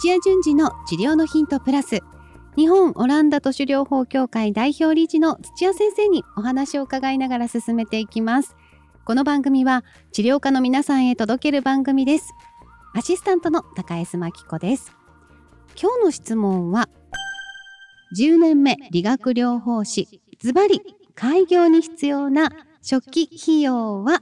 土屋順次の治療のヒントプラス日本オランダ都市療法協会代表理事の土屋先生にお話を伺いながら進めていきますこの番組は治療家の皆さんへ届ける番組ですアシスタントの高江須真紀子です今日の質問は10年目理学療法士ズバリ開業に必要な初期費用は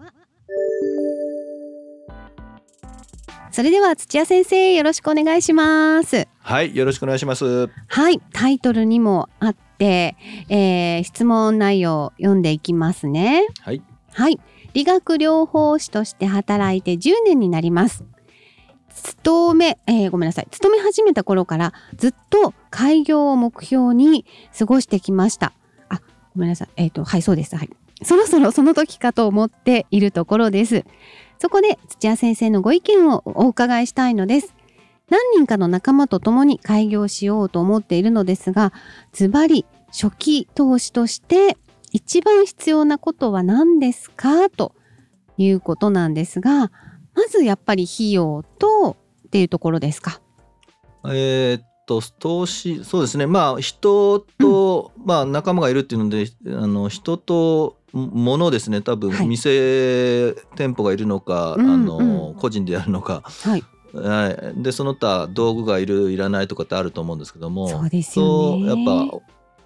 それでは土屋先生よろしくお願いしますはい、よろしくお願いします。はいタイトルにもあって、えー質問内容を読んでいきますねはい、はい。理学療法士として働いて10年になります。勤め、えーごめんなさい。勤め始めた頃からずっと開業を目標に過ごしてきました。あ、ごめんなさい。えっ、と、はい、そうです。はい。そろそろその時かと思っているところです。そこで土屋先生のご意見をお伺いしたいのです。何人かの仲間と共に開業しようと思っているのですが、ズバリ初期投資として一番必要なことは何ですかということなんですがまずやっぱり費用とっていうところですか。えーっと投資そうですね。まあ人と、まあ仲間がいるっていうので、あの人とも物ですね。多分、はい店店舗がいるのか、うんあの、うん個人でやるのか、はい、はい。でその他道具がいるいらないとかってあると思うんですけども、そうですよねそうやっぱ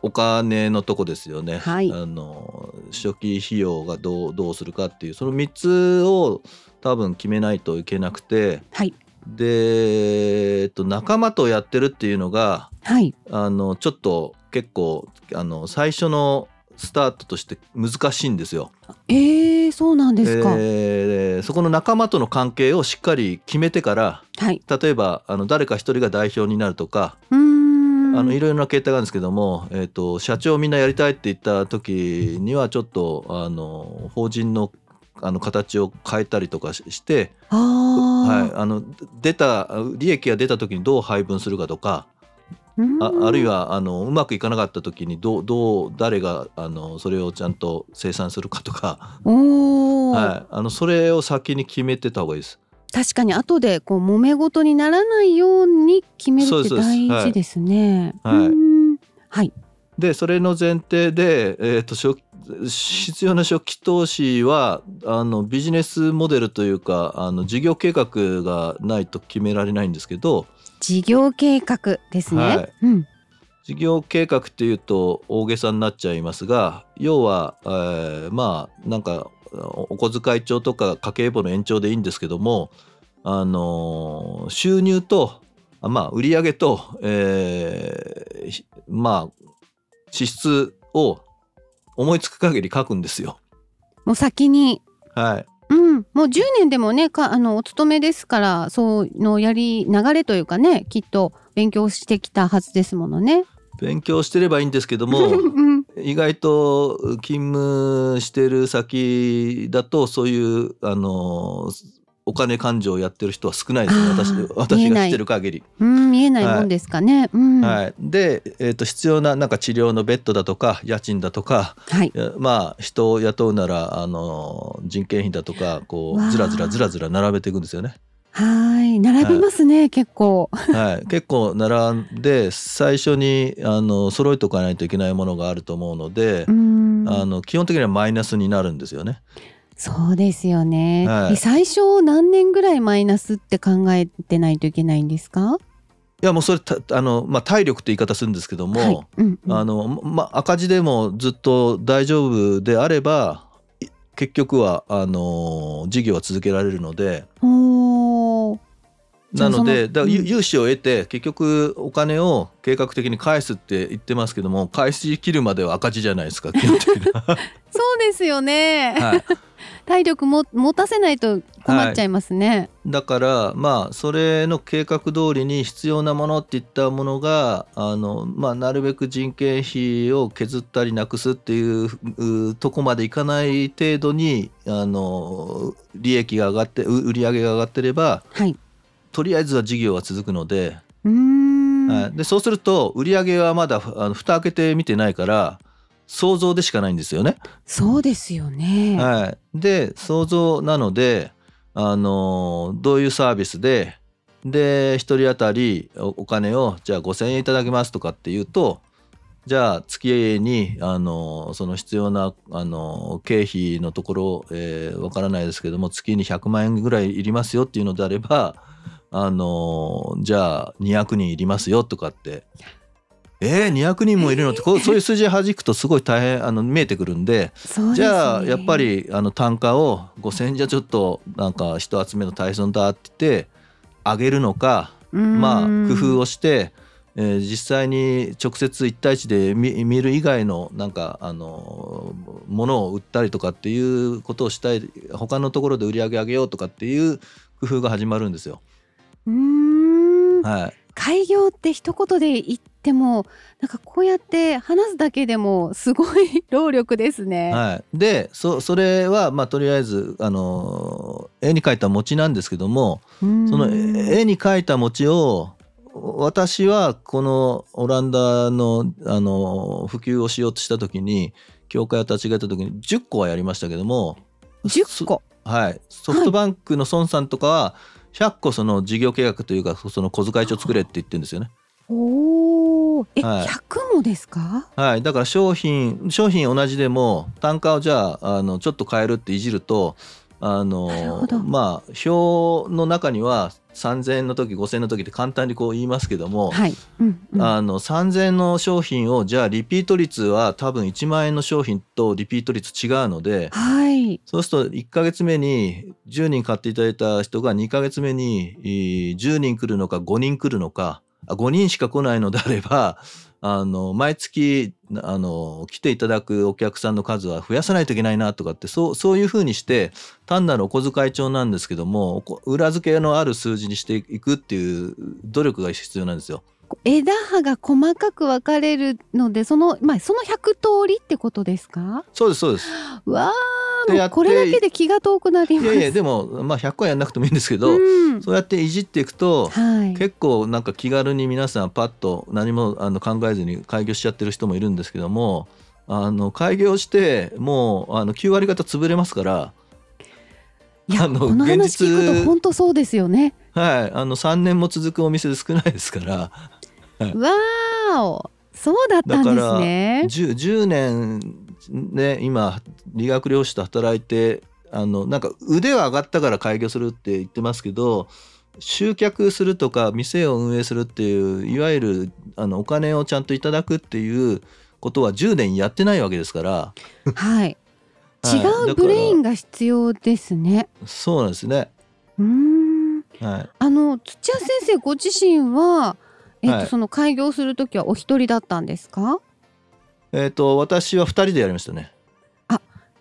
お金のとこですよね。はいあの初期費用がどうどうするかっていうその3つを多分決めないといけなくて。はい、で、えっと、仲間とやってるっていうのがはい、あのちょっと結構あの最初のスタートとして難しいんですよえー、そうなんですか。えーそこの仲間との関係をしっかり決めてからはい、例えばあの誰か一人が代表になるとか、うーんあのいろいろな形態があるんですけども、えっと社長みんなやりたいって言った時にはちょっとあの法人のあの形を変えたりとかしして、はあい、あの出た利益が出た時にどう配分するかとかー、はああるいははあのうまくいかなかった時にどうどう誰があのそれをちゃんと生産するかとか、おお、はい、あのそれを先に決めてた方がいいです。確かに後でこう揉め事にならないように決めるそうっでてすそうです大はい事ですね。はいうーんはい、でそれの前提で、えー、と初必要な初期投資はあのビジネスモデルというかあの事業計画がないと決められないんですけど事業計画ですね。はいうん、事業計画っていうと大げさになっちゃいますが要は、えーまあなんかおお小遣い帳とか家計簿の延長でいいんですけども、あのー収入とあまあ売上と、えーひまあ支出を思いつく限り書くんですよ。もう先にはい、うん、もう10年でもねかあのお勤めですからそうのやり流れというかねきっと勉強してきたはずですものね。勉強してればいいんですけどもん意外と勤務してる先だとそういうあのお金勘定をやってる人は少ないですねあ私ー見え私ながい知ってる限り。 うん、見えないもんですかね。うん、はい、はい、で、えー、と必要ななんか治療のベッドだとか家賃だとかいやまあ人を雇うならあの人件費だとかこわーうずらずらずらずら並べていくんですよね。はーい並びますね、結構。はい、結構並んで最初にあの揃えておかないといけないものがあると思うのでう、んあの基本的にはマイナスになるんですよね。そうですよね、はいえ最初何年ぐらいマイナスって考えてないといけないんですかいやもうそれたあの、まあ、体力って言い方するんですけども、はいうんうんあのまあ、赤字でもずっと大丈夫であればい結局はあの事業は続けられるのでおーじゃなあのでそのだからうゆん融資を得て結局お金を計画的に返すって言ってますけども返し切るまでは赤字じゃないですか基本的な、そうですよね、はい、体力も持たせないと困っちゃいますね。だからまあそれの計画通りに必要なものっていったものがあの、まあ、なるべく人件費を削ったりなくすっていううとこまでいかない程度にあの利益が上がってう売り上げが上がってればはい、とりあえずは事業は続くので,、うーんはい、でそうすると売り上げはまだあの蓋開けて見てないから想像でしかないんですよね。そうですよね。はい、で想像なので、あのーどういうサービスでで1人当たりおお金をじゃあ5,000円いただきますとかっていうとじゃあ月にあのその必要なあの経費のところ、えーわからないですけども月に100万円ぐらいいりますよっていうのであればあのじゃあ200人いりますよとかって。えー、200人もいるのってこうそういう数字弾くとすごい大変あの見えてくるんでそうですねじゃあやっぱりあの単価を5,000じゃちょっとなんか人集めの大損だって言って上げるのかまあ工夫ををして、えー実際に直接1対1で見見る以外のなんかあのものを売ったりとかっていうことをしたい他のところで売り上げ上げようとかっていう工夫が始まるんですよ。うーんはい、開業って一言で言ってもなんかこうやって話すだけでもすごい 労力ですね。はい、でそそれはまあとりあえずあの絵に描いた餅なんですけども、うーんその絵に描いた餅を私はこのオランダのあの普及をしようとした時に教会を立ち上げた時に10個はやりましたけども10個はい、ソフトバンクの孫さんとかは100個その事業計画というかその小遣い帳作れって言ってるんですよね。おーえ、はい100もですかはい、だから商品商品同じでも単価をじゃああのちょっと変えるっていじるとあなるのほどまあ表の中には3,000円の時5,000円の時って簡単にこう言いますけども、はい、うんうん、あの3000円の商品をじゃあリピート率は多分1万円の商品とリピート率違うのではいそうすると1ヶ月目に10人買っていただいた人が2ヶ月目にえー10人来るのか5人来るのかあ5人しか来ないのであれば あの毎月あの来ていただくお客さんの数は増やさないといけないなとかってそうそういうふうにして単なるお小遣い帳なんですけどもおこ裏付けのある数字にしていくっていう努力が必要なんですよ。こう枝葉が細かく分かれるのでそのまあその100通りってことですかそうですそうですわでーもやっうてこれだけで気が遠くなりいますやいやでも、まあ、100個はやんなくてもいいんですけど、うん、そうやっていじっていくと、はい結構なんか気軽に皆さんパッと何もあの考えずに開業しちゃってる人もいるんですけどもあの開業してもうあの9割方潰れますから、いやあのこの話聞現く実と本当そうですよねはい、あの3年も続くお店で少ないですからわーおそうだったんでだかすらね 10, 10年ね今理学療師と働いてあのなんか腕は上がったから開業するって言ってますけど集客するとか店を運営するっていういわゆるあのお金をちゃんといただくっていうことは10年やってないわけですから、はいはい違うブレインが必要ですねそうなんですね。うーんはい、あの土屋先生ご自身はえっと、はいその開業するときはお一人だったんですかえっ、と私は2人でやりましたね。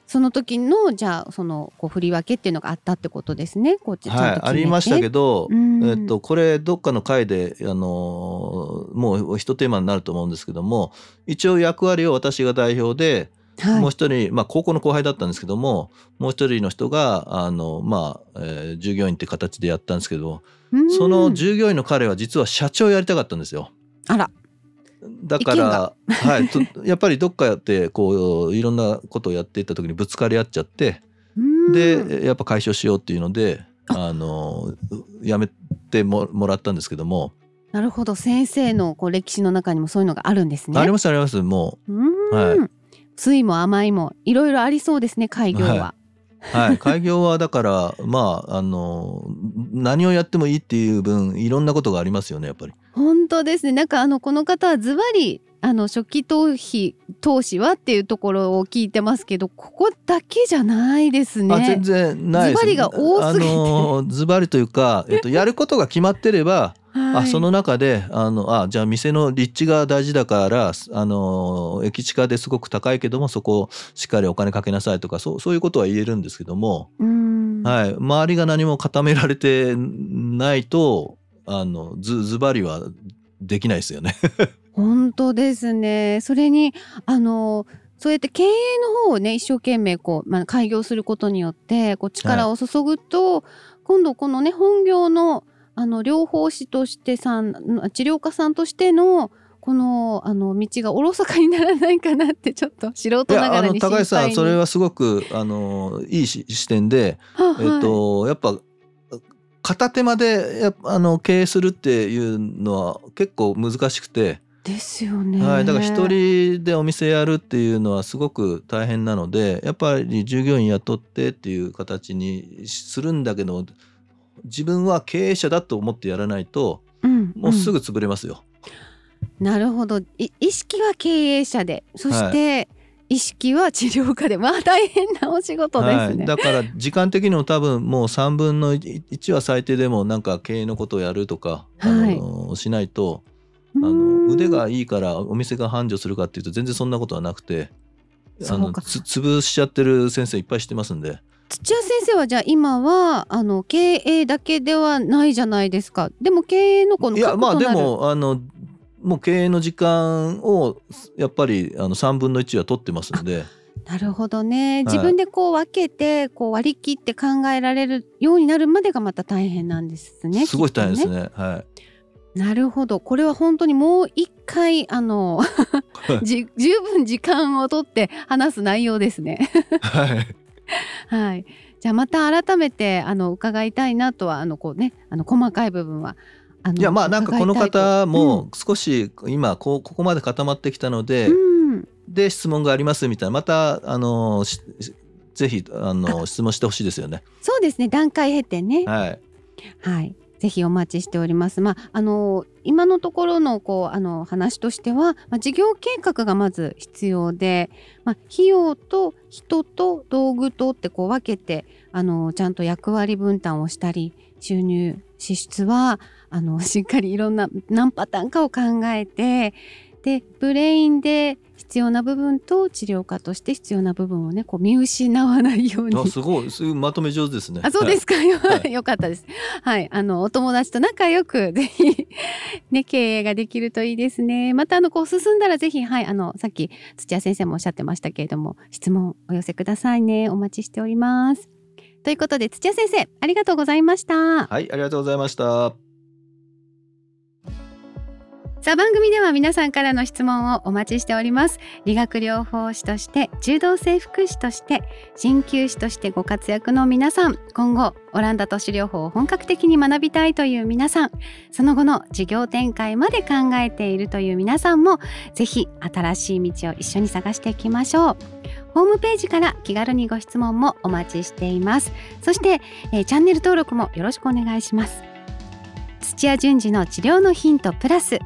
その時のじゃあそのこう振り分けっていうのがあったってことですねこっちちゃんとはい、ありましたけどど、うんえっと、これどっかの回で、あのーもう一テーマになると思うんですけども一応役割を私が代表で、はいもう一人、まあ、高校の後輩だったんですけどももう一人の人があの、まあえー従業員って形でやったんですけどうんその従業員の彼は実は社長やりたかったんですよ。あらだから、はい、とやっぱりどっかでこういろんなことをやっていった時にぶつかり合っちゃって、うんでやっぱ解消しようっていうのであのやめてももらったんですけども、なるほど先生のこう歴史の中にもそういうのがあるんですねありますありますもうーん、は酸いも甘いもいろいろありそうですね開業は、はう、はい、開業はだから まああの何をやってもいいっていう分いろんなことがありますよねやっぱり。本当ですねなんかあのこの方はズバリあの初期投資投資はっていうところを聞いてますけどここだけじゃないですねあ全然ないですズバリが多すぎてあのズバリというか、えっと、やることが決まってればはあいその中であのあじゃあ店の立地が大事だからあの駅地下ですごく高いけどもそこをしっかりお金かけなさいとかそうそういうことは言えるんですけども、うーんはい、周りが何も固められてないとあのズズバリはできないですよね。本当ですねそれにあのそうやって経営の方をね一生懸命こう、まあ、開業することによってこう力を注ぐと、今度このね本業のあの療法士としてさん治療家さんとしてのこのあの道がおろそかにならないかなってちょっと素人いなやがあらのに心高橋さ配んにそれはすごくあのいいし視点で、はえっとやっぱ片手間でやっぱあの経営するっていうのは結構難しくて、ですよね。はい、だから一人でお店やるっていうのはすごく大変なのでやっぱり従業員雇ってっていう形にするんだけど自分は経営者だと思ってやらないとうん、もうすぐ、ぐ潰れますよ。なるほどい意識は経営者でそして、意識は治療家でまあ大変なお仕事ではすい、ね。だから時間的にも多分もう3分の1は最低でもなんか経営のことをやるとか、はいあのしないとうあーのん腕がいいからお店が繁盛するかっていうと全然そんなことはなくてあそのうかつ潰しちゃってる先生いっぱい知ってますんで土屋先生はじゃあ今はあの経営だけではないじゃないですかでも経営のこのいや核まあとでなるもあのもう経営の時間をやっぱりあの3分の1は取ってますんでなるほどねい自分でこう分けてこう割り切って考えられるようになるまでがまた大変なんです ねすごい大変ですきっねはとねなるほどこれは本当にもう一回あ のじ十分時間をとって話す内容ですねい、 はい、はいじゃあまた改めてあの伺いたいなとはあのこうねあの細かい部分はあのいやまあなんかこの伺いたいと方も少し今こうここまで固まってきたので、うん、うんで質問がありますみたいなまたあのししぜひあの質問してほしいですよね。そうですね段階経てねはい、はい、ぜひお待ちしております。まあ、あの今のところのこうあの話としては、まあ、事業計画がまず必要で、まあ、費用と人と道具とってこう分けてあのちゃんと役割分担をしたり収入支出はあの しっかりいろんな何パターンかを考えてでブレインで必要な部分と治療家として必要な部分をねこう見失わないようにあすごいすごいまとめ上手ですね。あそうですか、はいよ かったです。はい、あのお友達と仲良く ぜひね経営ができるといいですね。またあのこう進んだらぜひはいあのさっき土屋先生もおっしゃってましたけれども質問お寄せくださいねお待ちしております。ということで土屋先生ありがとうございました。はい、はい、ありがとうございました。さあ番組では皆さんからの質問をお待ちしております理学療法士として柔道整復師として鍼灸師としてご活躍の皆さん今後オランダ都市療法を本格的に学びたいという皆さんその後の事業展開まで考えているという皆さんもぜひ新しい道を一緒に探していきましょうホームページから気軽にご質問もお待ちしていますそして、えーチャンネル登録もよろしくお願いします土屋順次の治療のヒントプラス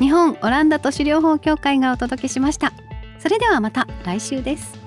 日本オランダ都市療法協会がお届けしましたそれではまた来週です